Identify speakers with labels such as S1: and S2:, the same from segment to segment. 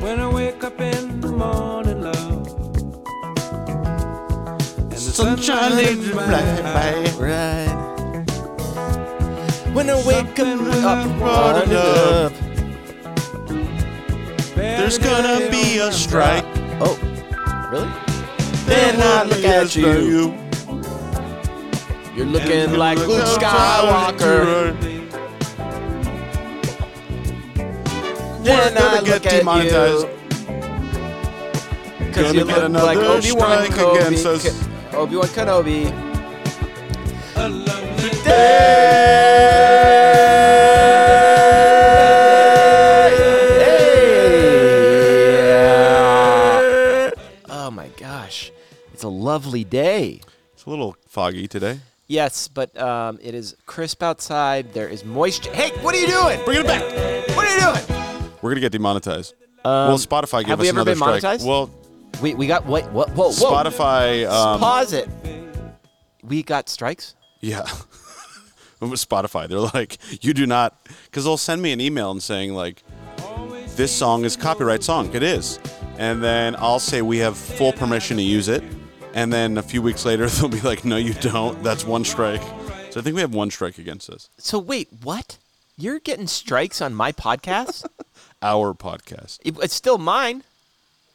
S1: When I wake up in the morning, love, and the
S2: Sunshine leaves me right by.
S3: Right. When I wake
S1: Something
S3: up,
S1: went
S3: up,
S2: wrong.
S3: up.
S2: There's gonna be a strike.
S3: Oh, really? Then I look at you. You're looking like Luke Skywalker. Then
S2: We're gonna
S3: I look
S2: get
S3: at
S2: demonetized.
S3: you. Cause
S2: Gonna
S3: you
S2: get
S3: look like
S2: another
S3: Obi-Wan
S2: strike
S3: Kenobi.
S2: against us.
S3: Ke- Obi-Wan Kenobi.
S1: A lovely
S3: Oh my gosh. It's a lovely day.
S2: It's a little foggy today.
S3: Yes, but um, it is crisp outside. There is moisture. Hey, what are you doing?
S2: Bring it back.
S3: What are you doing?
S2: We're gonna get demonetized. well, Spotify gave
S3: Um, have
S2: us
S3: we ever
S2: another
S3: been
S2: strike.
S3: monetized?
S2: Well,
S3: Wait, we got what? What? Whoa, whoa.
S2: Spotify. Um,
S3: Pause it. We got strikes.
S2: Yeah. it was Spotify. They're like, you do not, because they'll send me an email and saying like, this song is copyright song. It is, and then I'll say we have full permission to use it, and then a few weeks later they'll be like, no, you don't. That's one strike. So I think we have one strike against us.
S3: So wait, what? You're getting strikes on my podcast?
S2: Our podcast.
S3: It- it's still mine.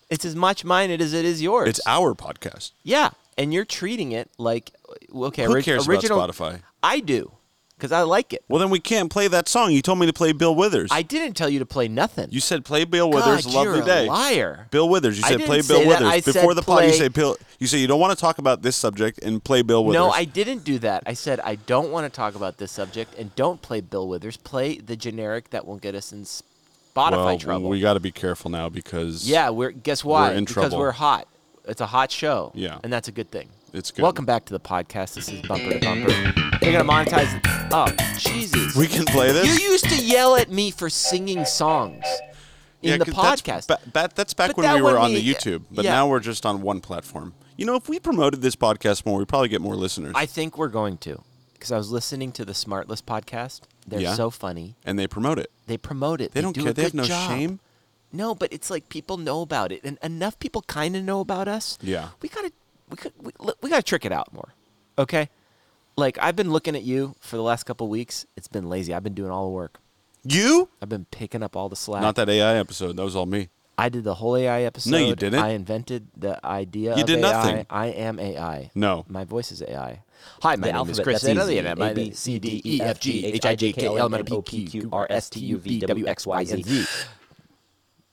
S3: It's as much mine as it is yours.
S2: It's our podcast.
S3: Yeah, and you're treating it like uh, okay.
S2: Who
S3: ori-
S2: cares
S3: original,
S2: about Spotify?
S3: I do, because I like it.
S2: Well, then we can't play that song. You told me to play Bill Withers.
S3: I didn't tell you to play nothing.
S2: you said play Bill Withers.
S3: God,
S2: lovely
S3: you're a
S2: day.
S3: liar.
S2: Bill Withers. You
S3: I
S2: said
S3: didn't
S2: play
S3: say
S2: Bill
S3: that.
S2: Withers
S3: I said
S2: before the pod. You
S3: play-
S2: say Bill. You say you don't want to talk about this subject and play Bill Withers.
S3: no, I didn't do that. I said I don't want to talk about this subject and don't play Bill Withers. Play the generic that won't get us in Spotify
S2: Well,
S3: trouble.
S2: we got to be careful now because
S3: yeah, we're guess why?
S2: in
S3: because
S2: trouble.
S3: we're hot. It's a hot show.
S2: Yeah.
S3: and that's a good thing.
S2: It's good.
S3: Welcome back to the podcast. This is Bumper to Bumper. They're gonna monetize. Oh, Jesus.
S2: we can play this.
S3: You used to yell at me for singing songs in
S2: Yeah,
S3: the
S2: 'cause That's,
S3: podcast.
S2: ba- that- that's back
S3: But
S2: when
S3: that
S2: we were
S3: when
S2: on the
S3: we-
S2: YouTube, but
S3: yeah.
S2: now we're just on one platform. You know, if we promoted this podcast more, we probably get more listeners.
S3: I think we're going to because I was listening to the Smartless podcast. They're
S2: Yeah.
S3: so funny.
S2: and they promote it.
S3: They promote it.
S2: They, don't
S3: do
S2: care.
S3: A
S2: They have
S3: good
S2: no
S3: job.
S2: shame.
S3: No, but it's like people know about it, and enough people kind of know about us.
S2: Yeah.
S3: we gotta we could we, look, we gotta trick it out more. Okay, like I've been looking at you for the last couple weeks. It's been lazy. I've been doing all the work.
S2: You?
S3: I've been picking up all the slack.
S2: Not that AI episode. That was all me.
S3: I did the whole AI episode.
S2: didn't.
S3: I invented the idea.
S2: You
S3: of
S2: did
S3: AI.
S2: nothing.
S3: I am AI.
S2: No.
S3: My voice is AI. Hi, my
S4: The
S3: name
S4: alphabet,
S3: is Chris
S4: that's
S3: Zanotti,
S4: easy.
S3: and I'm A,
S4: A,
S3: B, C, D, E, F, G, H, I, J, K, L, M, N, O, P, Q, R, S, T, U, V, W, X, Y, and Z.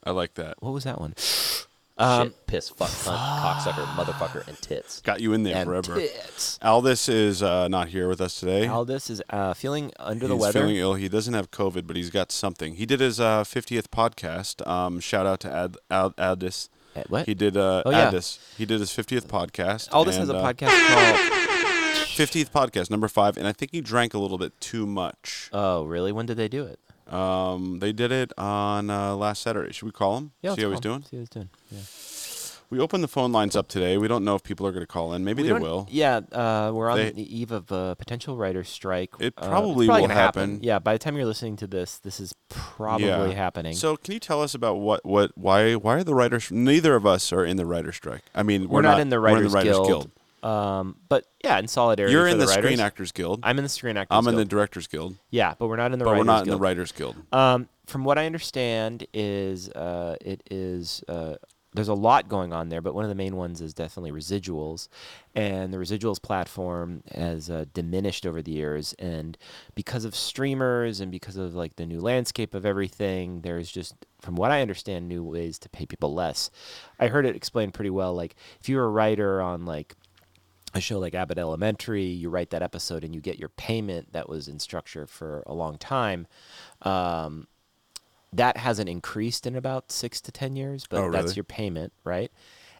S2: I like that.
S3: What was that one?
S4: Shit, Um, piss, fuck, cunt, cocksucker, motherfucker, and tits.
S2: Got you in there
S3: And
S2: forever.
S3: tits.
S2: Aldis is uh, not here with us today.
S3: Aldous is uh, feeling under
S2: he's
S3: the weather.
S2: feeling ill. He doesn't have COVID, but he's got something. He did his uh, 50th podcast. Um, shout out to Ad, Ad, Aldis.
S3: At what?
S2: He did uh,
S3: Oh, yeah.
S2: Aldis. He did his 50th podcast.
S3: Aldous has a
S2: and, uh,
S3: podcast called.
S2: 50th podcast, number five. And I think he drank a little bit too much.
S3: Oh, really? When did they do it?
S2: Um, they did it on uh, last Saturday. Should we call him?
S3: Yeah,
S2: See
S3: let's
S2: how he's
S3: call him.
S2: doing?
S3: See how he's doing. Yeah.
S2: We opened the phone lines up today. We don't know if people are going to call in. Maybe
S3: We
S2: they
S3: don't-
S2: will.
S3: Yeah, uh, we're on
S2: They-
S3: the eve of a potential writer's strike.
S2: It
S3: Uh, it's
S2: probably will
S3: gonna
S2: happen.
S3: Yeah, by the time you're listening to this, this is probably
S2: Yeah.
S3: happening.
S2: So, can you tell us about what, what, why, why are the writers? Neither of us are in the writer strike. I mean, we're,
S3: we're, not, in the
S2: we're
S3: writers, guild. Um, but yeah, in solidarity.
S2: You're
S3: for
S2: in the,
S3: the, writers.
S2: Screen Actors Guild. I'm,
S3: I'm in the Screen Actors.
S2: in the
S3: Guild.
S2: Directors Guild,
S3: yeah, but we're not in the
S2: but
S3: writers.
S2: we're not in
S3: guild.
S2: the Writers Guild.
S3: Um, from what I understand, is uh, it is uh, there's a lot going on there, but one of the main ones is definitely residuals, and the residuals platform has uh, diminished over the years, and because of streamers and because of like the new landscape of everything, there's just from what I understand, new ways to pay people less. I heard it explained pretty well. Like if you're a writer on like a show like Abbott Elementary, you write that episode and you get your payment that was in structure for a long time. Um, that hasn't increased in about six to ten years, but
S2: Oh, really?
S3: that's your payment, right?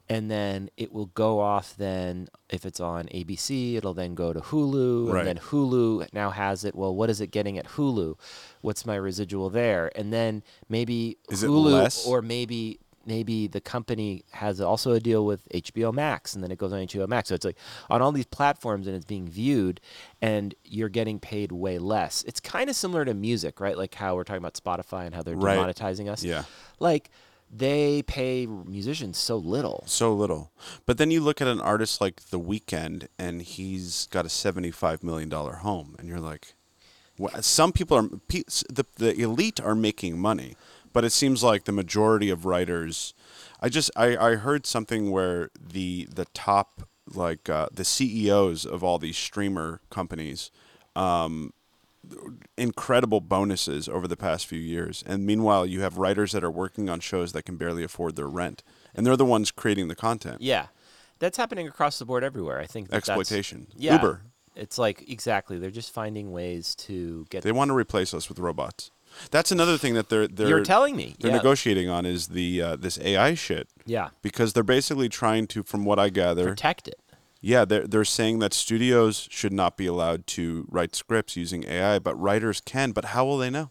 S3: and then it will go off. Then if it's on ABC, it'll then go to Hulu,
S2: Right.
S3: and then Hulu now has it. Well, what is it getting at Hulu? What's my residual there? And then maybe
S2: Is it
S3: Hulu
S2: less?
S3: or maybe maybe the company has also a deal with HBO Max and then it goes on HBO Max. So it's like on all these platforms and it's being viewed and you're getting paid way less. It's kind of similar to music, right? Like how we're talking about Spotify and how they're
S2: Right.
S3: demonetizing us.
S2: Yeah.
S3: Like they pay musicians so little.
S2: So little. But then you look at an artist like The Weeknd, and he's got a $75 million home, and you're like, wha- some people are, pe- s- the, the elite are making money, but it seems like the majority of writers, I just, I, I heard something where the, the top, like uh, the CEOs of all these streamer companies, um, incredible bonuses over the past few years. And meanwhile, you have writers that are working on shows that can barely afford their rent, and they're the ones creating the content.
S3: Yeah. That's happening across the board everywhere. I think that that's-
S2: Exploitation.
S3: Yeah.
S2: Uber.
S3: It's like exactly. They're just finding ways to get
S2: They want to replace us with robots. That's another thing that they're they're
S3: You're telling me.
S2: they're
S3: Yeah.
S2: negotiating on is the uh, this AI shit.
S3: Yeah.
S2: Because they're basically trying to, from what I gather,
S3: protect it.
S2: yeah, they're they're saying that studios should not be allowed to write scripts using AI, but writers can. But how will they know?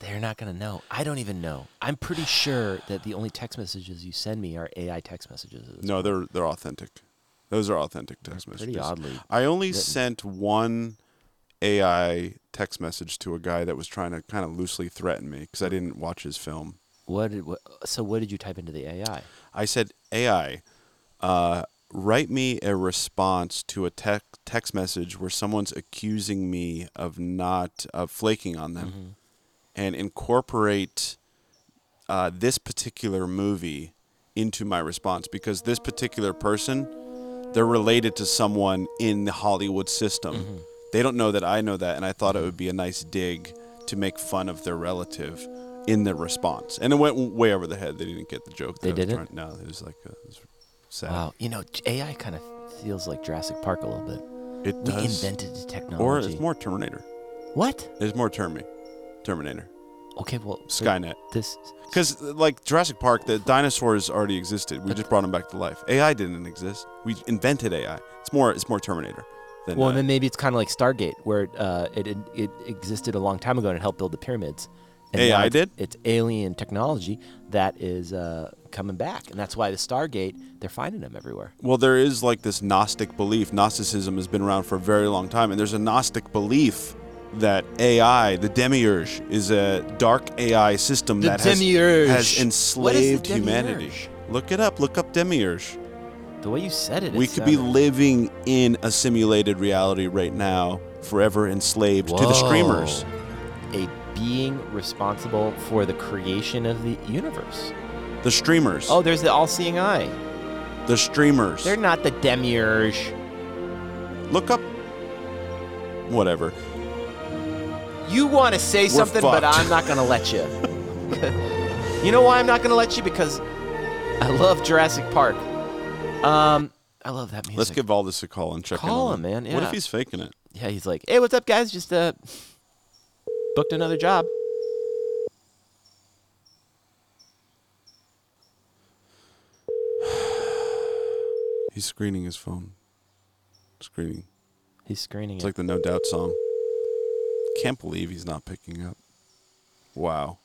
S3: They're not going to know. I don't even know. I'm pretty sure that the only text messages you send me are AI text messages.
S2: No, they're they're authentic. Those are authentic text
S3: pretty
S2: messages.
S3: oddly
S2: I only sent one AI text message to a guy that was trying to kind of loosely threaten me because I didn't watch his film.
S3: What did what, so? What did you type into the AI?
S2: I said, AI, uh, write me a response to a tec- text message where someone's accusing me of not of flaking on them,
S3: Mm-hmm.
S2: and incorporate uh, this particular movie into my response because this particular person they're related to someone in the Hollywood system.
S3: Mm-hmm.
S2: They don't know that I know that, and I thought it would be a nice dig to make fun of their relative in their response. And it went way over the head. They didn't get the joke. that
S3: They
S2: I was
S3: didn't?
S2: trying- no, it was like uh, it was sad.
S3: Wow, you know AI kind of feels like Jurassic Park a little bit.
S2: It
S3: We
S2: does.
S3: invented the technology.
S2: or it's more Terminator.
S3: what?
S2: There's more Termi, Terminator,
S3: Okay, well, so
S2: Skynet.
S3: This
S2: Because like Jurassic Park, the dinosaurs already existed. We just brought them back to life. AI didn't exist. We invented AI. It's more. It's more Terminator. Than,
S3: well,
S2: uh,
S3: and then maybe it's kind of like Stargate, where it, uh, it it it existed a long time ago and it helped build the pyramids. And
S2: AI
S3: now it's-
S2: did?
S3: It's alien technology that is uh, coming back, and that's why the Stargate they're finding them everywhere.
S2: Well, there is like this Gnostic belief. Gnosticism has been around for a very long time, and there's a Gnostic belief that AI, the demiurge, is a dark AI system
S3: The
S2: that
S3: demiurge.
S2: has, has
S3: What is the
S2: enslaved humanity.
S3: demiurge?
S2: Look it up. Look up demiurge.
S3: The way you said it,
S2: we
S3: it
S2: could be
S3: sounded-
S2: living in a simulated reality right now, forever enslaved to the streamers.
S3: a being responsible for the creation of the universe.
S2: The streamers.
S3: Oh, there's the all-seeing eye.
S2: the streamers.
S3: They're not the demiurge.
S2: Look up. Whatever.
S3: You want to say something, but
S2: fucked.
S3: I'm not going to let you. you know why I'm not going to let you? Because I love Jurassic Park. Um, I love that music.
S2: Let's give Aldous a call and check in.
S3: Call
S2: on
S3: him, man,
S2: What
S3: yeah.
S2: if he's faking it?
S3: Yeah, he's like, "Hey, what's up, guys? Just uh, booked another job."
S2: He's screening his phone. Screening.
S3: He's screening
S2: It's
S3: it.
S2: like the No Doubt song. Can't believe he's not picking up. Wow.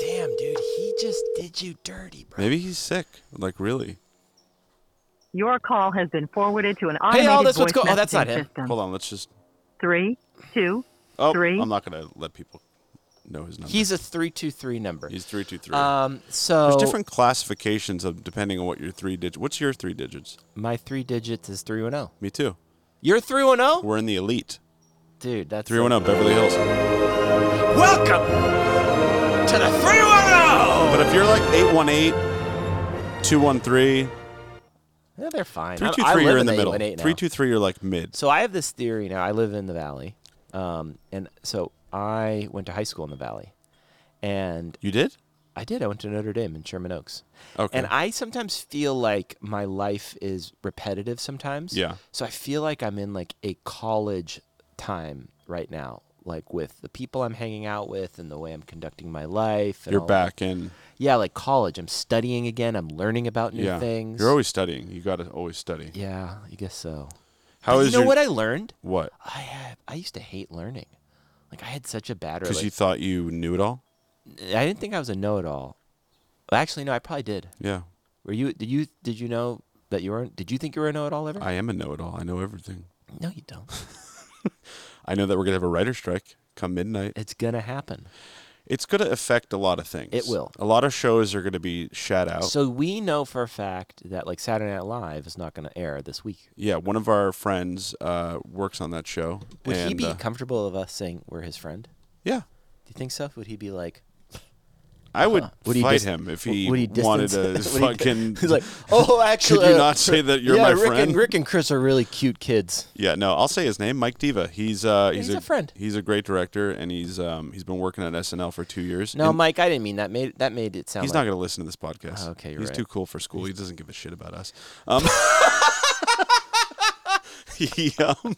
S3: Damn, dude, he just did you dirty, bro.
S2: Maybe he's sick. Like really.
S5: Your call has been forwarded to an
S3: Hey,
S5: automated
S3: Aldous,
S5: voice
S3: what's go- oh, that's
S5: messaging
S3: not him.
S5: system.
S2: Hold on. Let's just.
S5: Three, two.
S2: Oh,
S5: Three.
S2: I'm not gonna let people know his number.
S3: He's a three-two-three number.
S2: he's three two three.
S3: um, so
S2: There's different classifications of depending on what your three digits. What's your three digits?
S3: My three digits is three one zero.
S2: Me too.
S3: You're three one zero,
S2: We're in the elite.
S3: dude. That's
S2: Three one oh. zero Beverly Hills.
S3: Welcome to the three one
S2: But if you're like 818, 213,
S3: zero. They're fine. I- I
S2: 323,
S3: live
S2: you're in the
S3: the
S2: middle.
S3: 818 now.
S2: 323, you're like mid.
S3: So I have this theory now. I live in the valley, um, and so I went to high school in the valley, and
S2: You did?
S3: I did. I went to Notre Dame in Sherman Oaks.
S2: Okay.
S3: And I sometimes feel like my life is repetitive sometimes.
S2: Yeah.
S3: So I feel like I'm in like a college time right now like with the people I'm hanging out with and the way I'm conducting my life. And
S2: You're
S3: all that.
S2: back in.
S3: Yeah, like college. I'm studying again. I'm learning about new
S2: Yeah.
S3: things.
S2: You're always studying. You got to always study.
S3: yeah, I guess so.
S2: How is
S3: But you know
S2: your
S3: what I learned?
S2: what?
S3: I have, I used to hate learning. Like I had such a bad.
S2: Because
S3: rela-
S2: you thought you knew it all.
S3: I didn't think I was a know-it-all. Actually, no, I probably did.
S2: Yeah,
S3: Were you? Did you? Did you know that you weren't? Did you think you were a know-it-all ever?
S2: I am a know-it-all. I know everything.
S3: no, you don't.
S2: I know that we're gonna have a writer strike come midnight.
S3: it's gonna happen.
S2: It's gonna affect a lot of things.
S3: It will.
S2: A lot of shows are gonna be shut out.
S3: So we know for a fact that like Saturday Night Live is not gonna air this week.
S2: yeah, one of our friends uh, works on that show.
S3: Would
S2: and,
S3: he be
S2: uh,
S3: comfortable of us saying we're his friend?
S2: yeah,
S3: Do you think so? Would he be like?
S2: I would
S3: Uh-huh. Would he
S2: fight
S3: dis-
S2: him if
S3: w-
S2: he,
S3: would he distance-
S2: wanted to
S3: would he-
S2: fucking.
S3: He's like, oh, actually,
S2: could you
S3: uh,
S2: not say that you're
S3: yeah,
S2: my
S3: Rick
S2: friend?
S3: And, Rick and Chris are really cute kids.
S2: Yeah, no, I'll say his name, Mike Diva. He's uh, he's,
S3: He's a friend.
S2: He's a great director, and he's um, he's been working on SNL for two years.
S3: No,
S2: and
S3: Mike, I didn't mean that. Made that made it sound.
S2: he's not
S3: like,
S2: going to listen to this podcast.
S3: Oh, okay, you're
S2: he's
S3: right.
S2: too cool for school. He doesn't give a shit about us. Um, he, um,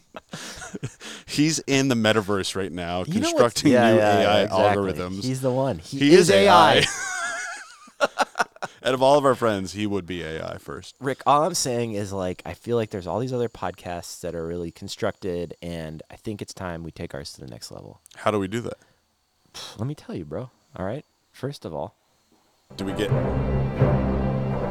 S2: he's in the metaverse right now,
S3: You know what's-
S2: constructing
S3: Yeah,
S2: new
S3: yeah,
S2: AI
S3: yeah, exactly.
S2: algorithms.
S3: He's the one. He,
S2: He
S3: is, AI.
S2: Out of all of our friends, he would be AI first.
S3: Rick, all I'm saying is like I feel like there's all these other podcasts that are really constructed, and I think it's time we take ours to the next level.
S2: How do we do that?
S3: Let me tell you, bro. All right. First of all,
S2: Do we get? I'm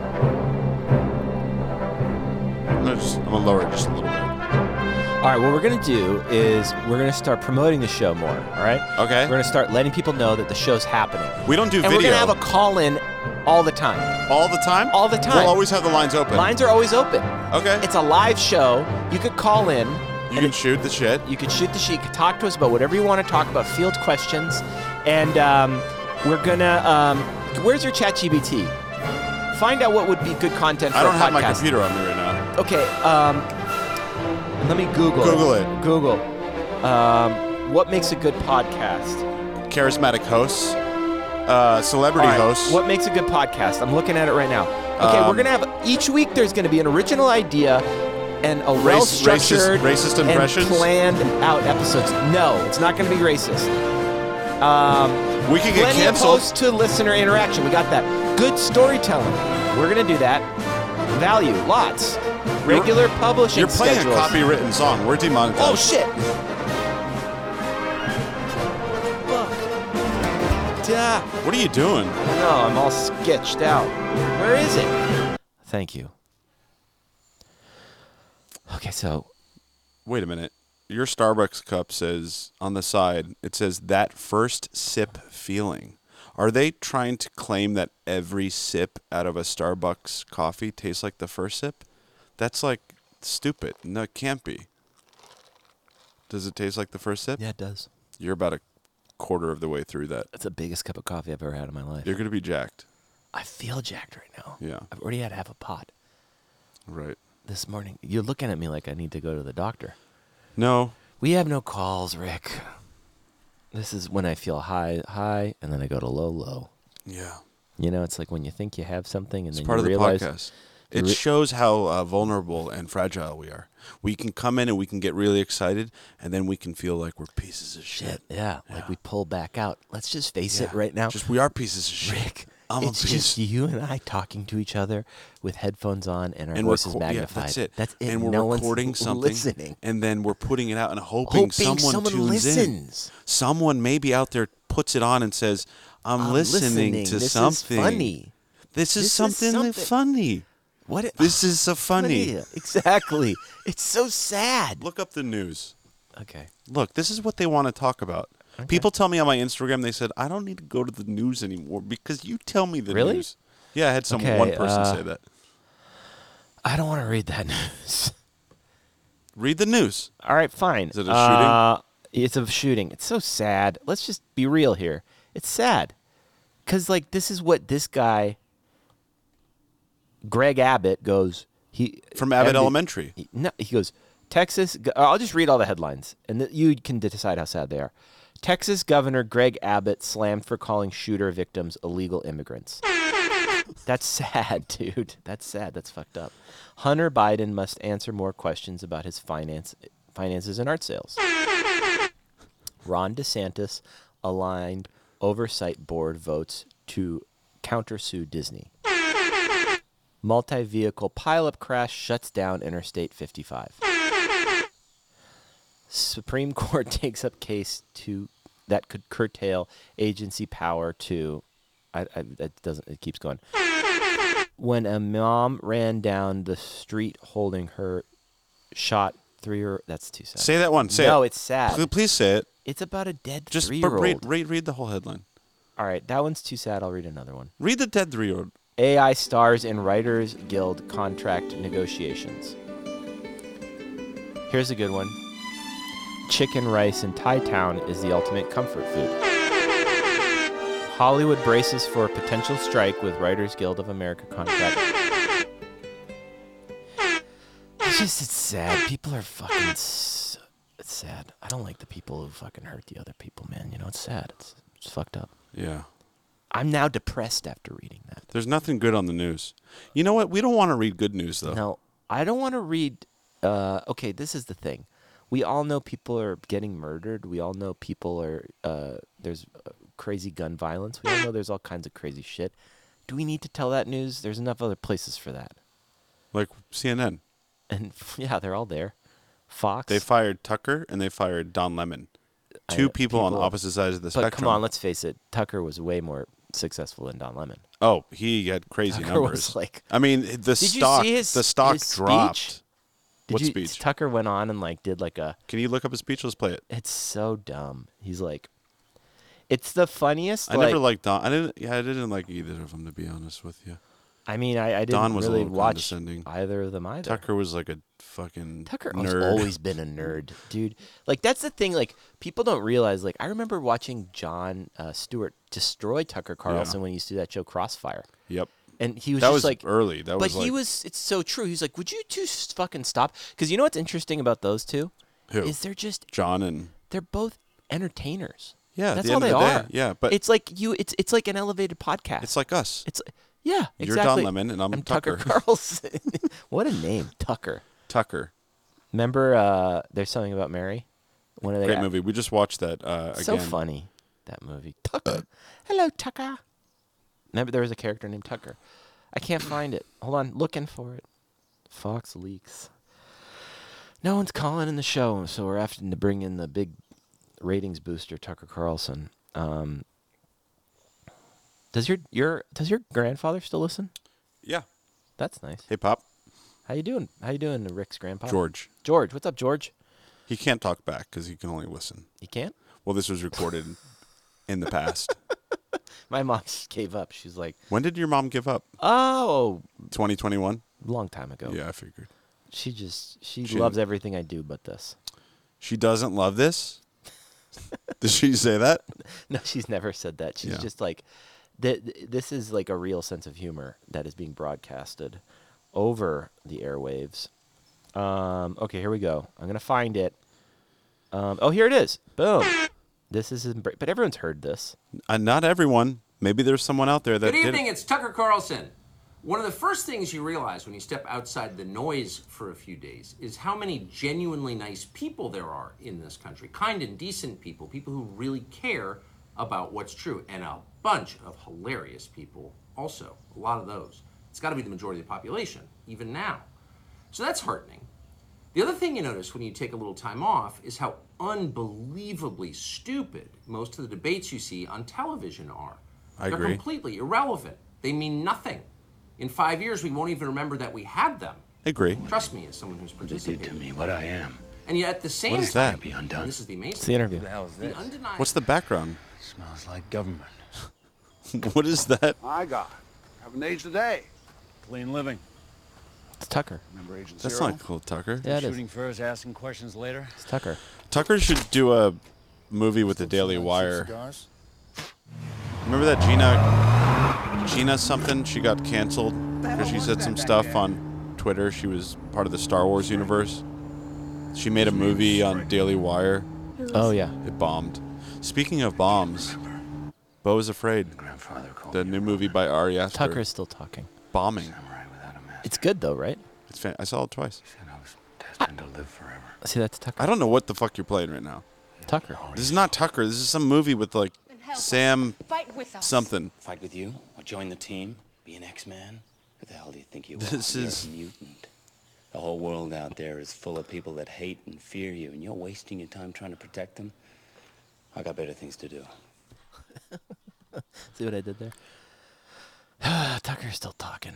S2: gonna, just, I'm gonna lower it just a little bit.
S3: all right. What we're gonna do is we're gonna start promoting the show more. All right.
S2: Okay.
S3: We're gonna start letting people know that the show's happening,
S2: We don't do
S3: and
S2: video
S3: we're gonna have a call in all the time.
S2: all the time.
S3: all the time.
S2: We'll always have the lines open.
S3: Lines are always open.
S2: Okay.
S3: It's a live show. You could call in.
S2: you can shoot the shit.
S3: You can shoot the sheet, talk to us about whatever you want to talk about, field questions, and um, we're gonna. Um, where's your chat GBT? Find out what would be good content for
S2: I don't
S3: a podcast.
S2: have my computer on me right now.
S3: Okay, um, let me Google.
S2: Google it.
S3: Google. Um, what makes a good podcast?
S2: Charismatic hosts, uh, celebrity
S3: All right,
S2: hosts.
S3: What makes a good podcast? I'm looking at it right now. Okay,
S2: Um,
S3: we're gonna have each week. There's gonna be an original idea and a
S2: Race- racist-
S3: well-structured,
S2: racist
S3: and
S2: impressions?
S3: planned out episodes. No, it's not gonna be racist. Um,
S2: We could get
S3: plenty of
S2: canceled.
S3: host to listener interaction. We got that. Good storytelling. We're gonna do that. Value, lots. Regular publishing.
S2: You're playing
S3: schedules.
S2: a copywritten song. We're demonetized.
S3: Oh shit! Fuck. Duh.
S2: What are you doing?
S3: No, I'm all sketched out. Where is it? Thank you. Okay, so
S2: Wait a minute. Your Starbucks cup says on the side. It says that first sip feeling. Are they trying to claim that every sip out of a Starbucks coffee tastes like the first sip? That's like stupid. No, it can't be. Does it taste like the first sip?
S3: it does.
S2: You're about a quarter of the way through that.
S3: That's the biggest cup of coffee I've ever had in my life.
S2: You're gonna be jacked.
S3: I feel jacked right now.
S2: Yeah.
S3: I've already had half a pot
S2: Right.
S3: this morning. You're looking at me like I need to go to the doctor.
S2: No.
S3: We have no calls, Rick. This is when I feel high, high, and then I go to low, low.
S2: Yeah.
S3: You know, it's like when you think you have something, and
S2: It's
S3: then
S2: part
S3: you
S2: of the
S3: realize
S2: podcast. It
S3: re-
S2: shows how uh, vulnerable and fragile we are. We can come in and we can get really excited, and then we can feel like we're pieces of shit.
S3: shit. Yeah, like we pull back out. Let's just face it
S2: Yeah.
S3: right now.
S2: Just we are pieces of shit.
S3: Rick,
S2: I'm
S3: it's
S2: a piece.
S3: just you and I talking to each other with headphones on and our
S2: and
S3: voices
S2: reco-
S3: magnified.
S2: Yeah, that's it.
S3: That's it.
S2: And we're
S3: no
S2: recording
S3: one's
S2: something,
S3: listening.
S2: and then we're putting it out and hoping,
S3: Hoping
S2: someone,
S3: someone
S2: tunes
S3: listens.
S2: in. Someone maybe out there puts it on and says, "I'm,
S3: I'm
S2: listening, to
S3: This is
S2: something
S3: funny.
S2: This is
S3: This is
S2: something,
S3: something-
S2: funny.
S3: What? it-
S2: This is so funny."
S3: Exactly. it's so sad.
S2: Look up the news.
S3: Okay.
S2: Look, this is what they want to talk about. People tell me on my Instagram, they said, I don't need to go to the news anymore because you tell me the
S3: Really?
S2: news. Yeah, I had some
S3: Okay,
S2: one person
S3: uh,
S2: say that.
S3: I don't want to read that news.
S2: Read the news.
S3: All right, fine.
S2: Is it a
S3: Uh, it's a shooting. It's so sad. Let's just be real here. It's sad. Cuz like this is what this guy Greg Abbott goes he
S2: From Abbott
S3: MD
S2: Elementary.
S3: he- No, he goes, Texas. go- I'll just read all the headlines, and th- you can de- decide how sad they are. Texas Governor Greg Abbott slammed for calling shooter victims illegal immigrants. That's sad, dude. That's sad. That's fucked up. Hunter Biden must answer more questions about his finance, finances and art sales. Ron DeSantis aligned oversight board votes to countersue Disney. Multi vehicle pileup crash shuts down Interstate 55. Supreme Court takes up case to that could curtail agency power to. I, I, that doesn't. It keeps going. When a mom ran down the street holding her, shot three or that's too sad.
S2: Say that one. Say
S3: no,
S2: it.
S3: it's sad.
S2: Pl- please say it.
S3: It's about a dead
S2: Just but
S3: three-year-old.
S2: read, read read the whole headline.
S3: All right, that one's too sad. I'll read another one.
S2: Read the dead three-year-old.
S3: AI stars in Writers Guild contract negotiations. Here's a good one. Chicken rice in Thai town is the ultimate comfort food. Hollywood braces for a potential strike with Writers Guild of America contract. It's just it's sad. People are fucking. s it's sad. I don't like the people who fucking hurt the other people, man. You know, it's sad. It's, it's fucked up.
S2: Yeah.
S3: I'm now depressed after reading that.
S2: There's nothing good on the news. You know what? We don't want to read good news though.
S3: Now, I don't want to read. Uh, okay, this is the thing. We all know people are getting murdered. We all know people are. Uh, there's uh, crazy gun violence. We all know there's all kinds of crazy shit. Do we need to tell that news? There's enough other places for that.
S2: Like CNN.
S3: And yeah, they're all there. Fox.
S2: They fired Tucker and they fired Don Lemon.
S3: I-
S2: Two people, on
S3: Uh, people-
S2: opposite sides of the
S3: but
S2: spectrum.
S3: come on, let's face it. Tucker was way more successful than Don Lemon.
S2: oh, he had crazy
S3: Tucker
S2: numbers.
S3: was like.
S2: I mean, the
S3: you
S2: stock
S3: see his-
S2: the stock
S3: his speech?
S2: dropped.
S3: Did
S2: What
S3: you,
S2: speech?
S3: Tucker went on and like did like a.
S2: Can you look up his speech? Let's play it.
S3: It's so dumb. He's like, it's the funniest.
S2: I
S3: like,
S2: never liked Don. I didn't. Yeah, I didn't like either of them to be honest with you.
S3: I mean, I, I didn't
S2: Don was a
S3: really
S2: little
S3: watch
S2: condescending.
S3: either of them either.
S2: Tucker was like a fucking
S3: Tucker has
S2: nerd.
S3: always been a nerd, dude. Like that's the thing. Like people don't realize. Like I remember watching John uh, Stewart destroy Tucker Carlson when he used to do that show Crossfire,
S2: Yep.
S3: and he was
S2: That
S3: just
S2: was
S3: like
S2: early. That
S3: but
S2: was like
S3: he was. It's so true. He's like, would you two s- fucking stop? Because you know what's interesting about those two
S2: who?
S3: is they're just
S2: John and
S3: they're both entertainers.
S2: Yeah, at
S3: that's
S2: the
S3: all
S2: end of
S3: they
S2: the day,
S3: are.
S2: yeah, but-
S3: it's like you. It's it's like an elevated podcast.
S2: it's like us.
S3: it's yeah,
S2: You're Don
S3: exactly.
S2: Lemon and I'm
S3: Tucker,
S2: Tucker.
S3: Carlson. what a name, Tucker.
S2: Tucker.
S3: Remember, uh, there's something about Mary. One of the
S2: Great movie. We just watched that uh,
S3: So
S2: again. Uh,
S3: funny that movie. Tucker. Hello, Tucker. Remember, there was a character named Tucker. I can't find it. Hold on, looking for it. Fox leaks. No one's calling in the show, so we're having to bring in the big ratings booster, Tucker Carlson. Um, does your your does your grandfather still listen?
S2: Yeah.
S3: That's nice.
S2: Hey, Pop.
S3: How you doing? How you doing, Rick's grandpa?
S2: George.
S3: George, what's up, George?
S2: He can't talk back because he can only listen.
S3: You can't.
S2: Well, this was recorded in the past.
S3: My mom just gave up. She's like,
S2: When did your mom give up?
S3: oh,
S2: 2021?
S3: long time ago.
S2: Yeah, I figured.
S3: She just she,
S2: She-
S3: loves everything I do but this.
S2: She doesn't love this? Did she say that?
S3: No, she's never said that. She's
S2: Yeah.
S3: just like th- th- this is like a real sense of humor that is being broadcasted over the airwaves. Um, okay, here we go. I'm gonna find it. Um, oh, here it is. Boom. This is embra- but everyone's heard this.
S2: Uh, not everyone. Maybe there's someone out there that
S6: Good evening,
S2: did
S6: it's Tucker Carlson. One of the first things you realize when you step outside the noise for a few days is how many genuinely nice people there are in this country. Kind and decent people, people who really care about what's true, and a bunch of hilarious people also. A lot of those. It's got to be the majority of the population, even now. So that's heartening. The other thing you notice when you take a little time off is how unbelievably stupid most of the debates you see on television are.
S2: I
S6: They're
S2: agree.
S6: completely irrelevant. They mean nothing. In five years, we won't even remember that we had them.
S2: I agree.
S6: Trust me, as someone who's participated.
S7: to me what I am.
S6: And yet, at the same
S2: What is
S6: time,
S2: that?
S7: Be undone.
S6: and this is the amazing.
S3: It's the interview.
S7: the hell is
S6: the
S7: this?
S6: undeniable.
S2: What's the background?
S7: Smells like government.
S2: what is that?
S8: My God, having aged today.
S7: Clean living.
S3: It's Tucker.
S7: Remember Agent
S2: That's
S7: Zero?
S2: not cool, Tucker.
S3: Yeah, it is.
S7: Shooting first, asking questions later.
S3: It's Tucker.
S2: Tucker should do a movie with the Daily Wire.
S7: Cigars.
S2: Remember that Gina, Gina something? She got canceled because she said some stuff on Twitter. She was part of the Star Wars universe. She made a movie on Daily Wire.
S3: Oh yeah.
S2: It bombed. Speaking of bombs, Bo is Afraid,
S7: Grandfather called
S2: the new movie by Ari Aster,
S3: Tucker is still talking.
S2: bombing.
S7: samurai without a mask.
S3: It's good though, right?
S2: It's fan- I saw it twice.
S7: Said I was destined to live forever.
S3: See, that's Tucker.
S2: I don't know what the fuck you're playing right now.
S3: Tucker.
S2: This is not Tucker. This is some movie with like Sam
S9: Fight with us.
S2: something.
S10: Fight with you, or join the team, be an X-Man. Who the hell do you think you are?
S2: This
S10: You're
S2: is-
S10: a mutant. The whole world out there is full of people that hate and fear you, and you're wasting your time trying to protect them. I got better things to do.
S3: See what I did there? Tucker's still talking.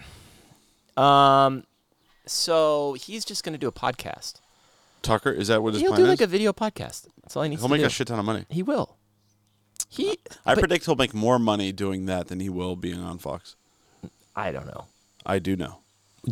S3: Um, so he's just going to do a podcast.
S2: Tucker, is that what his
S3: He'll
S2: plan
S3: do
S2: is?
S3: like a video podcast. That's all he needs
S2: He'll
S3: to
S2: make
S3: do.
S2: a shit Uh, ton of money.
S3: He will. He.
S2: I
S3: but-
S2: predict he'll make more money doing that than he will being on Fox.
S3: I don't know.
S2: I do know.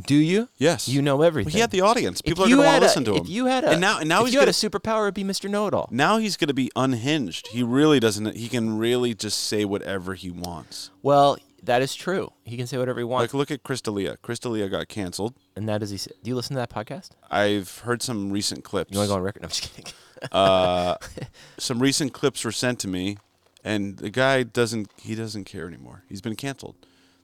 S3: Do you?
S2: Yes.
S3: You know everything.
S2: Well, he had the audience.
S3: If
S2: People are
S3: you
S2: going to want
S3: had
S2: to
S3: a-
S2: listen to him.
S3: If you had a,
S2: and now, and now
S3: if
S2: he's
S3: you had
S2: gonna,
S3: a superpower, it'd be Mr. Know It All.
S2: now he's going to be unhinged. He really doesn't. He can really just say whatever he wants.
S3: Well, that is true. He can say whatever he wants,
S2: Like look at Crystalia. Crystalia got canceled.
S3: and that is. He, do you listen to that podcast?
S2: I've heard some recent clips. Uh,
S3: You want to go on record? No, I'm just kidding.
S2: some recent clips were sent to me, and the guy doesn't. He doesn't care anymore. He's been canceled.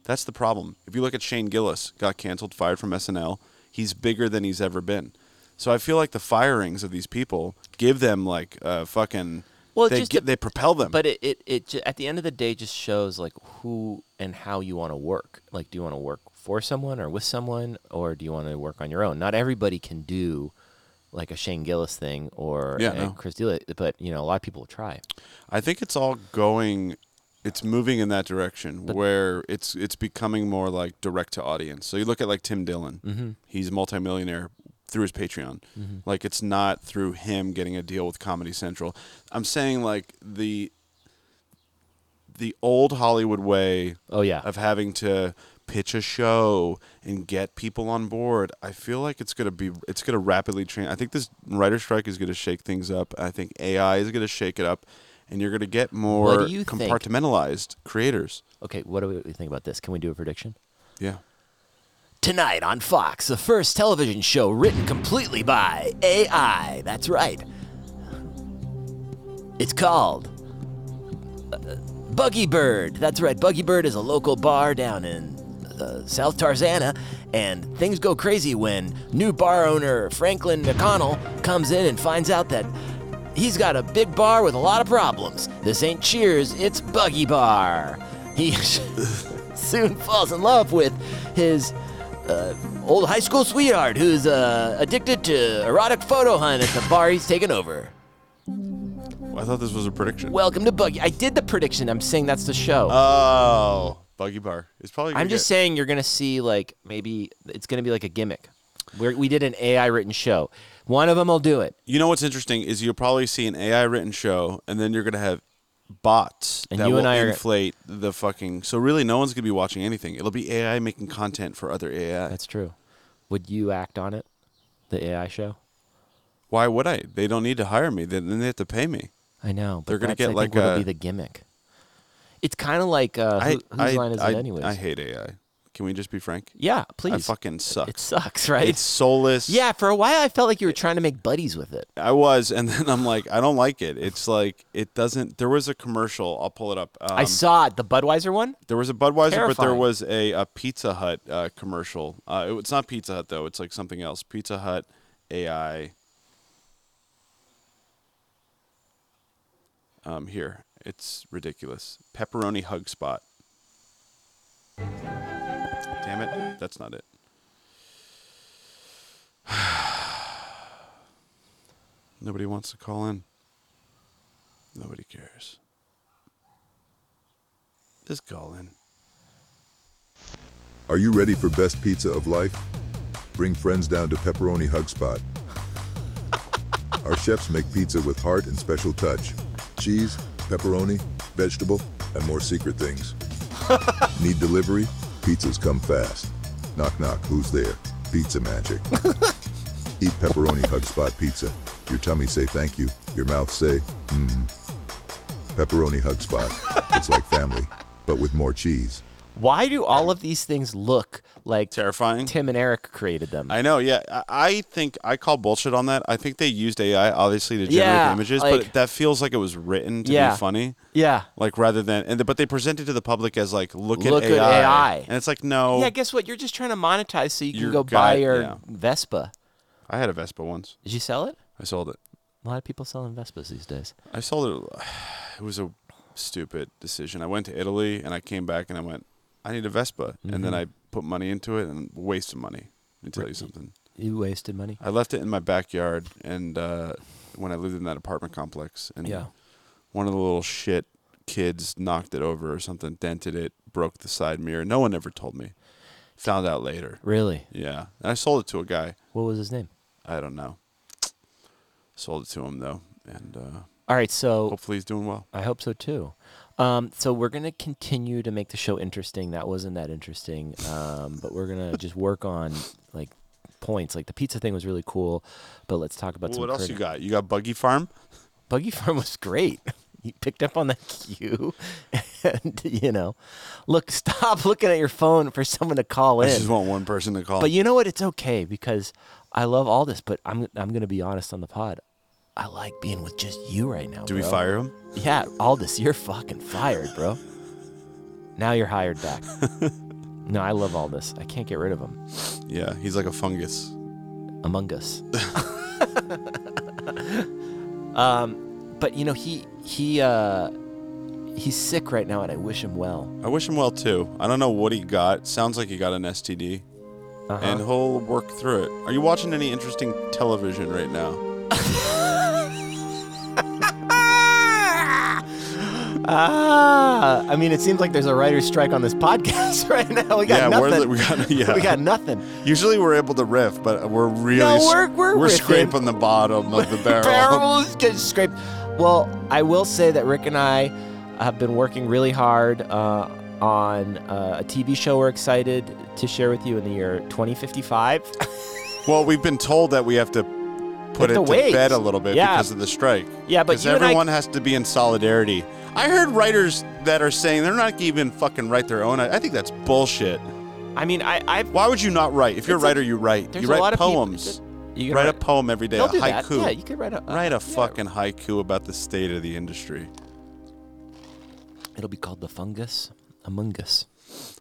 S2: That's the problem. If you look at Shane Gillis, got canceled, fired from SNL. He's bigger than he's ever been. So I feel like the firings of these people give them like a fucking.
S3: Well, it
S2: they
S3: just
S2: get,
S3: dep-
S2: they propel them.
S3: But it, it, it ju- at the end of the day just shows like who and how you want to work. Like, do you want to work for someone or with someone, or do you want to work on your own? Not everybody can do like a Shane Gillis thing or
S2: Yeah,
S3: a
S2: no.
S3: Chris D'Elia, but you know a lot of people try.
S2: I think it's all going it's moving in that direction where it's it's becoming more like direct to audience. So you look at like Tim Dillon. Mm-hmm. He's a multimillionaire through his Patreon. Like it's not through him getting a deal with Comedy Central. I'm saying like the the old Hollywood way
S3: Oh yeah,
S2: of having to pitch a show and get people on board. I feel like it's gonna be it's gonna rapidly change. I think this writer strike is gonna shake things up. I think AI is gonna shake it up, and you're gonna get more
S3: do you think?
S2: compartmentalized creators.
S3: Okay, what do we think about this? Can we do a prediction?
S2: Yeah.
S3: Tonight on Fox, the first television show written completely by AI. That's right. It's called uh, Buggy Bird. That's right. Buggy Bird is a local bar down in uh, South Tarzana, and things go crazy when new bar owner Franklin McConnell comes in and finds out that he's got a big bar with a lot of problems. This ain't Cheers, it's Buggy Bar. He soon falls in love with his old high school sweetheart who's uh, addicted to erotic photo hunt at the bar he's taken over.
S2: I thought this was a prediction.
S3: Welcome to Buggy. I did the prediction. I'm saying that's the show.
S2: oh, Buggy Bar. It's probably.
S3: I'm just saying you're gonna see like maybe it's gonna be like a gimmick. We're, we did an AI written show. One of them will do it,
S2: You know what's interesting is you'll probably see an AI written show, and then you're gonna have bots
S3: And
S2: that
S3: you
S2: will
S3: and I are-
S2: inflate the fucking. So really, no one's gonna be watching anything. It'll be AI making content for other AI.
S3: That's true. Would you act on it? The AI show?
S2: Why would I? They don't need to hire me. Then then they have to pay me.
S3: I know. But
S2: They're gonna
S3: that's,
S2: get
S3: I think,
S2: like
S3: what'll
S2: a-
S3: be the gimmick. It's kind of like uh,
S2: I,
S3: who,
S2: I,
S3: whose line is
S2: I,
S3: it anyways?
S2: I hate AI. Can we just be frank?
S3: yeah, please.
S2: I fucking suck.
S3: It sucks, right?
S2: It's soulless.
S3: yeah, for a while I felt like you were trying to make buddies with it.
S2: I was, and then I'm like, I don't like it. It's like it doesn't. There was a commercial. I'll pull it up. Um,
S3: I saw it, the Budweiser one.
S2: There was a Budweiser, but there
S3: Terrifying.
S2: was a, a Pizza Hut uh, commercial. Uh, it- it's not Pizza Hut though. It's like something else. Pizza Hut AI. Um, here it's ridiculous. Pepperoni hug spot. Damn it, that's not it. Nobody wants to call in. Nobody cares. Just call in.
S11: Are you ready for best pizza of life? Bring friends down to Pepperoni Hug Spot. Our chefs make pizza with heart and special touch. Cheese, pepperoni, vegetable, and more secret things. Need delivery? Pizzas come fast. Knock knock, who's there? Pizza magic. Eat Pepperoni Hug Spot pizza. Your tummy say thank you, your mouth say, mmm. Pepperoni Hug Spot. It's like family, but with more cheese.
S3: Why do all of these things look like
S2: Terrifying.
S3: Tim and Eric created them?
S2: I know, yeah. I- I think I call bullshit on that. I think they used AI obviously to generate
S3: Yeah,
S2: images,
S3: like-
S2: but that feels like it was written to
S3: Yeah.
S2: be funny,
S3: yeah.
S2: like rather than. And but they presented to the public as like, look,
S3: Look
S2: at
S3: at
S2: AI,
S3: AI.
S2: and it's like, no.
S3: Yeah, guess what? You're just trying to monetize so you can
S2: Your
S3: go buy
S2: guy-
S3: your
S2: yeah.
S3: Vespa.
S2: I had a Vespa once.
S3: Did you sell it?
S2: I sold it.
S3: A lot of people selling Vespas these days.
S2: I sold it. It was a stupid decision. I went to Italy and I came back and I went, I need a Vespa, and then I
S3: Mhm.
S2: put money into it and wasted money. Let me tell you something.
S3: You wasted money.
S2: I left it in my backyard, and uh, when I lived in that apartment complex, and
S3: Yeah.
S2: one of the little shit kids knocked it over or something, dented it, broke the side mirror. No one ever told me. Found out later.
S3: Really?
S2: Yeah, and I sold it to a guy.
S3: What was his name?
S2: I don't know. Sold it to him though, and uh,
S3: All right, so
S2: hopefully he's doing well.
S3: I hope so too. Um, so we're gonna continue to make the show interesting. That wasn't that interesting, um, but we're gonna just work on like points. Like the pizza thing was really cool, but let's talk about some.
S2: what else
S3: current-
S2: you got? You got Buggy Farm.
S3: Buggy Farm was great. You picked up on that cue, and you know, look, stop looking at your phone for someone to call
S2: I
S3: in.
S2: just want one person to call.
S3: But you know what? It's okay because I love all this. But I'm I'm gonna be honest on the pod. I like being with just you right now.
S2: Do we
S3: bro.
S2: fire him?
S3: Yeah, Aldous, you're fucking fired, bro. Now you're hired back. no, I love Aldous. I can't get rid of him.
S2: Yeah, he's like a fungus.
S3: Among Us. um, but you know he he uh, he's sick right now, and I wish him well.
S2: I wish him well too. I don't know what he got. Sounds like he got an STD,
S3: Uh-huh.
S2: and he'll work through it. Are you watching any interesting television right now?
S3: ah, I mean, it seems like there's a writer's strike on this podcast right now. We got
S2: yeah,
S3: nothing.
S2: We're the, we got yeah.
S3: we got nothing.
S2: Usually we're able to riff, but we're really
S3: No,
S2: s-
S3: we're- we're riffing.
S2: scraping the bottom of the barrel.
S3: barrels get scraped. Well, I will say that Rick and I have been working really hard uh, on uh, a TV show we're excited to share with you in the year 2055.
S2: Well, we've been told that we have to put
S3: have
S2: it
S3: to
S2: to
S3: wait.
S2: bed a little bit
S3: Yeah.
S2: because of the strike.
S3: Yeah, but
S2: because
S3: you and I-
S2: everyone has to be in solidarity. I heard writers that are saying they're not even fucking write their own. I, I think that's bullshit.
S3: I mean, I, I've
S2: Why would you not write? If you're a
S3: It's a-
S2: writer, you write.
S3: there's
S2: You
S3: a lot
S2: write
S3: of people
S2: poems.
S3: you
S2: Write,
S3: can
S2: a poem every day,
S3: They'll
S2: a
S3: do
S2: haiku.
S3: That. Yeah, you could write a
S2: write a
S3: yeah.
S2: fucking haiku about the state of the industry.
S3: It'll be called the fungus among us.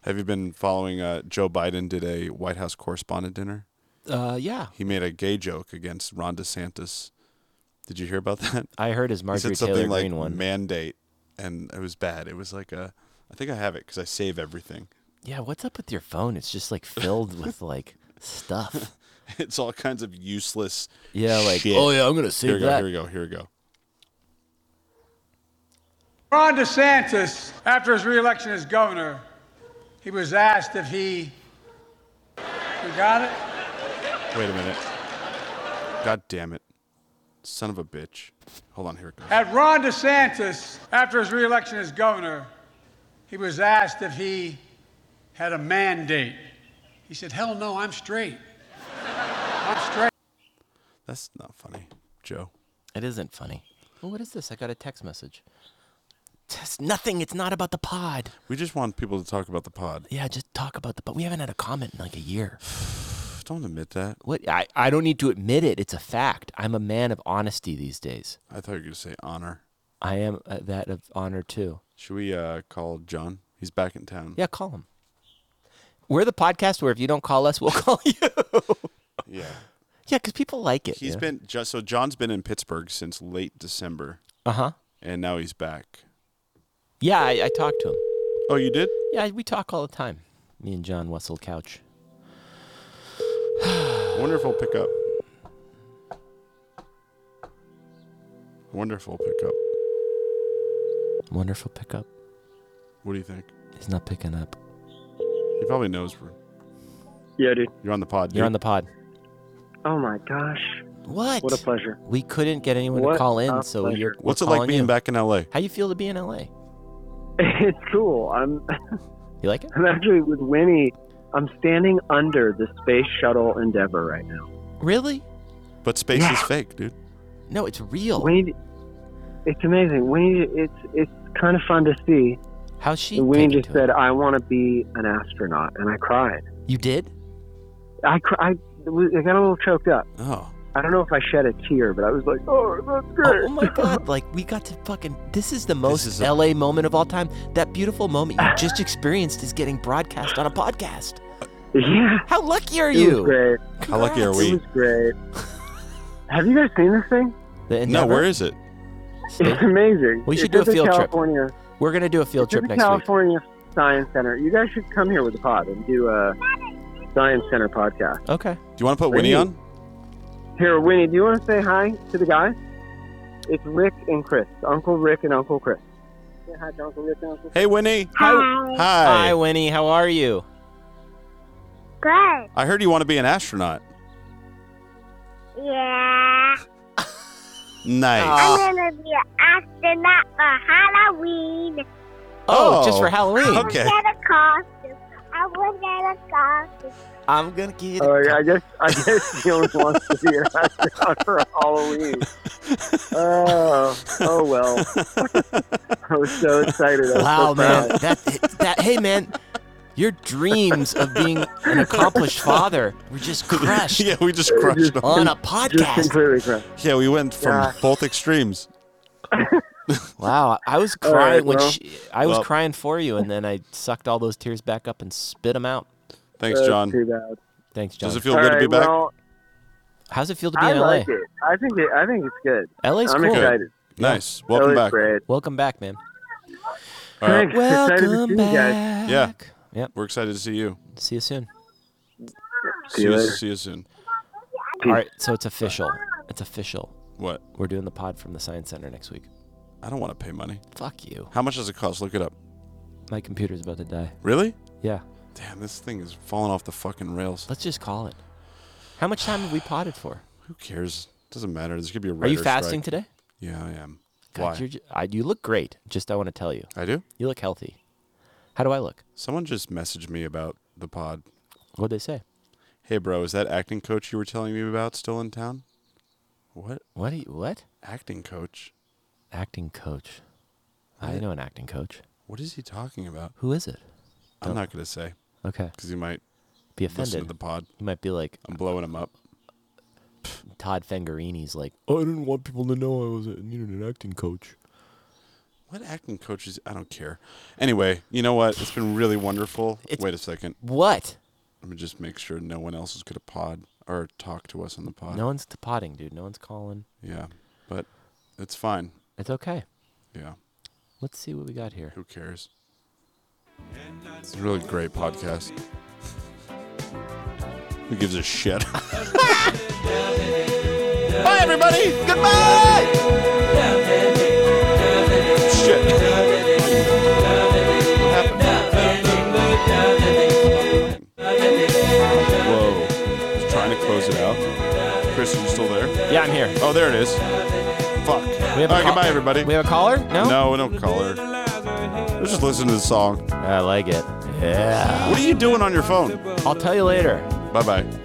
S2: Have you been following? Uh, Joe Biden did a White House correspondent dinner.
S3: Uh, yeah,
S2: He made a gay joke against Ron DeSantis. Did you hear about that?
S3: I heard his
S2: He
S3: Marjorie
S2: said
S3: Taylor
S2: something like
S3: Green one.
S2: mandate, and it was bad. It was like a, I think I have it because I save everything.
S3: Yeah, what's up with your phone? It's just like filled with like stuff.
S2: It's all kinds of useless.
S3: Yeah, like
S2: shit.
S3: oh yeah, I'm gonna
S2: Here we
S3: save
S2: go.
S3: that.
S2: Here we go. Here we go.
S9: Ron DeSantis, after his reelection as governor, he was asked if he. You got it?
S2: Wait a minute. God damn it, son of a bitch. Hold on. Here it goes.
S9: At Ron DeSantis, after his reelection as governor, he was asked if he had a mandate. He said, Hell no, I'm straight. I'm straight.
S2: That's not funny, Joe.
S3: It isn't funny. Well, what is this? I got a text message. It's nothing. It's not about the pod.
S2: We just want people to talk about the pod.
S3: Yeah, just talk about the pod. We haven't had a comment in like a year.
S2: Don't admit that.
S3: What? I, I don't need to admit it. It's a fact. I'm a man of honesty these days.
S2: I thought you were gonna say honor.
S3: I am uh, that of honor too.
S2: Should we uh, call John? He's back in town.
S3: Yeah, call him. We're the podcast where if you don't call us, we'll call you.
S2: Yeah.
S3: yeah, because people like it.
S2: He's been Jo- so John's been in Pittsburgh since late December,
S3: Uh huh.
S2: and now he's back.
S3: Yeah, I, I talked to him.
S2: Oh, you did?
S3: Yeah, we talk all the time. Me and John Wessel Couch.
S2: I wonder if he'll pick up. I wonder if he'll pick up.
S3: Wonderful pickup.
S2: What do you think?
S3: He's not picking up.
S2: He probably knows we're.
S12: Yeah, dude.
S2: You're on the pod.
S3: You're on
S2: dude.
S3: the pod.
S12: Oh my gosh.
S3: What?
S12: What a pleasure.
S3: We couldn't get anyone
S12: What
S3: to call
S12: a
S3: in, so
S12: pleasure.
S3: you're, we're
S2: What's it like
S3: calling
S2: being
S3: you.
S2: back in LA?
S3: How you feel to be in LA?
S12: It's cool. I'm
S3: You like it?
S12: I'm actually with Winnie. I'm standing under the space shuttle Endeavor right now.
S3: Really?
S2: But space is fake, dude.
S3: No, it's real.
S12: Winnie, it's amazing. Winnie, it's it's kind of fun to see.
S3: How's she?
S12: And Winnie
S3: taking
S12: just
S3: to it?
S12: said, "I want to be an astronaut," and I cried.
S3: You did?
S12: I cr- I, I got a little choked up.
S2: Oh,
S12: I don't know if I shed a tear, but I was like, "Oh, that's
S3: Oh,
S12: great."
S3: oh my god! Like we got to fucking. This is the most
S2: is a-
S3: LA moment of all time. That beautiful moment you just experienced is getting broadcast on a podcast.
S12: yeah,
S3: How lucky are
S12: it was
S3: you?
S12: great.
S2: how lucky are
S3: Congrats.
S12: It
S2: we?
S12: was great. Have you guys seen this thing?
S3: The
S2: No,
S3: Endeavor?
S2: where is it?
S12: It's amazing.
S3: We should
S12: It's
S3: do a
S12: at the
S3: field trip.
S12: California,
S3: We're gonna do a field
S12: it's at
S3: trip
S12: the
S3: next week.
S12: California Science Center. You guys should come here with the pod and do a Science Center podcast.
S3: Okay.
S2: Do you want to put Winnie on?
S12: Here, Winnie, do you want to say hi to the guys? It's Rick and Chris, Uncle Rick and Uncle Chris. Hi, Uncle Rick and Uncle
S2: Hey, Winnie.
S12: Hi.
S2: Hi.
S3: Hi, Winnie. How are you?
S13: Good.
S2: I heard you want to be an astronaut.
S13: Yeah.
S2: Nice.
S13: I'm gonna be an astronaut for Halloween.
S3: Oh, just for Halloween.
S13: I'm gonna costume. I'm gonna costume.
S3: I'm gonna get.
S12: Oh, yeah, I guess I guess he only wants to be an astronaut for Halloween. Oh, oh well. I was so excited. I was
S3: Wow,
S12: so
S3: man.
S12: proud.
S3: That, that, hey, man. Your dreams of being an accomplished father were just crushed.
S2: yeah, we just crushed them.
S3: on a podcast.
S12: completely crushed.
S2: Yeah, we went from
S3: Yeah.
S2: both extremes.
S3: Wow, I was
S2: All
S3: crying
S2: right,
S3: when
S2: well.
S3: she, I was
S2: Well.
S3: crying for you, and then I sucked all those tears back up and spit them out.
S2: Thanks, That's John. too
S12: bad.
S3: Thanks, John.
S2: Does it feel good to be back?
S12: Well,
S3: How's it feel to be
S12: I
S3: in
S12: like
S3: LA?
S12: it. I think it, I think it's good.
S3: LA's
S12: I'm
S3: cool.
S12: excited.
S2: Nice. Welcome
S12: LA's
S2: back.
S12: Great.
S3: Welcome back, man.
S2: All right.
S12: Thanks. excited to see you guys.
S2: Yeah.
S3: Yep.
S2: We're excited to see you.
S3: See you soon.
S2: See you, see you soon.
S3: All right, so it's official. It's official.
S2: What?
S3: We're doing the pod from the Science Center next week.
S2: I don't want to pay money.
S3: Fuck you.
S2: How much does it cost? Look it up.
S3: My computer's about to die.
S2: Really?
S3: Yeah.
S2: Damn, this thing is falling off the fucking rails.
S3: Let's just call it. How much time have we potted for?
S2: Who cares? Doesn't matter. There's gonna be a.
S3: Are you
S2: writer's
S3: fasting
S2: strike.
S3: today?
S2: Yeah, I am.
S3: God,
S2: Why?
S3: You're ju- I, you look great. Just I want to tell you.
S2: I do.
S3: You look healthy. How do I look?
S2: Someone just messaged me about the pod.
S3: What'd they say?
S2: Hey, bro, is that acting coach you were telling me about still in town? What?
S3: What? do you- What?
S2: Acting coach?
S3: Acting coach. I
S2: What?
S3: know an acting coach.
S2: What is he talking about?
S3: Who is it?
S2: I'm
S3: Don't-
S2: not gonna say
S3: Okay.
S2: because he might
S3: Be
S2: Listen to
S3: offended.
S2: the pod.
S3: You might be like
S2: I'm blowing him up.
S3: Todd Fangarini's like, I didn't want people to know I was a, needed an acting coach.
S2: What acting coaches? I don't care. Anyway, you know what? It's been really wonderful. Wait a second.
S3: What?
S2: Let me just make sure no one else is going to pod or talk to us on the pod.
S3: No one's t- potting, dude. No one's calling.
S2: Yeah, but it's fine.
S3: It's okay.
S2: Yeah,
S3: Let's see what we got here.
S2: who cares? It's a really great podcast. Who gives a shit?
S1: Bye, everybody. Goodbye. Shit.
S2: Whoa. Just trying to close it out. Chris, are you still there?
S3: Yeah, I'm here.
S2: Oh, there it is. Fuck.
S3: We have a
S2: All right,
S3: call-
S2: goodbye, everybody.
S3: We have a caller? No?
S2: No, we don't call her. Let's just listen to the song.
S3: I like it. Yeah.
S2: What are you doing on your phone?
S3: I'll tell you later.
S2: Bye bye.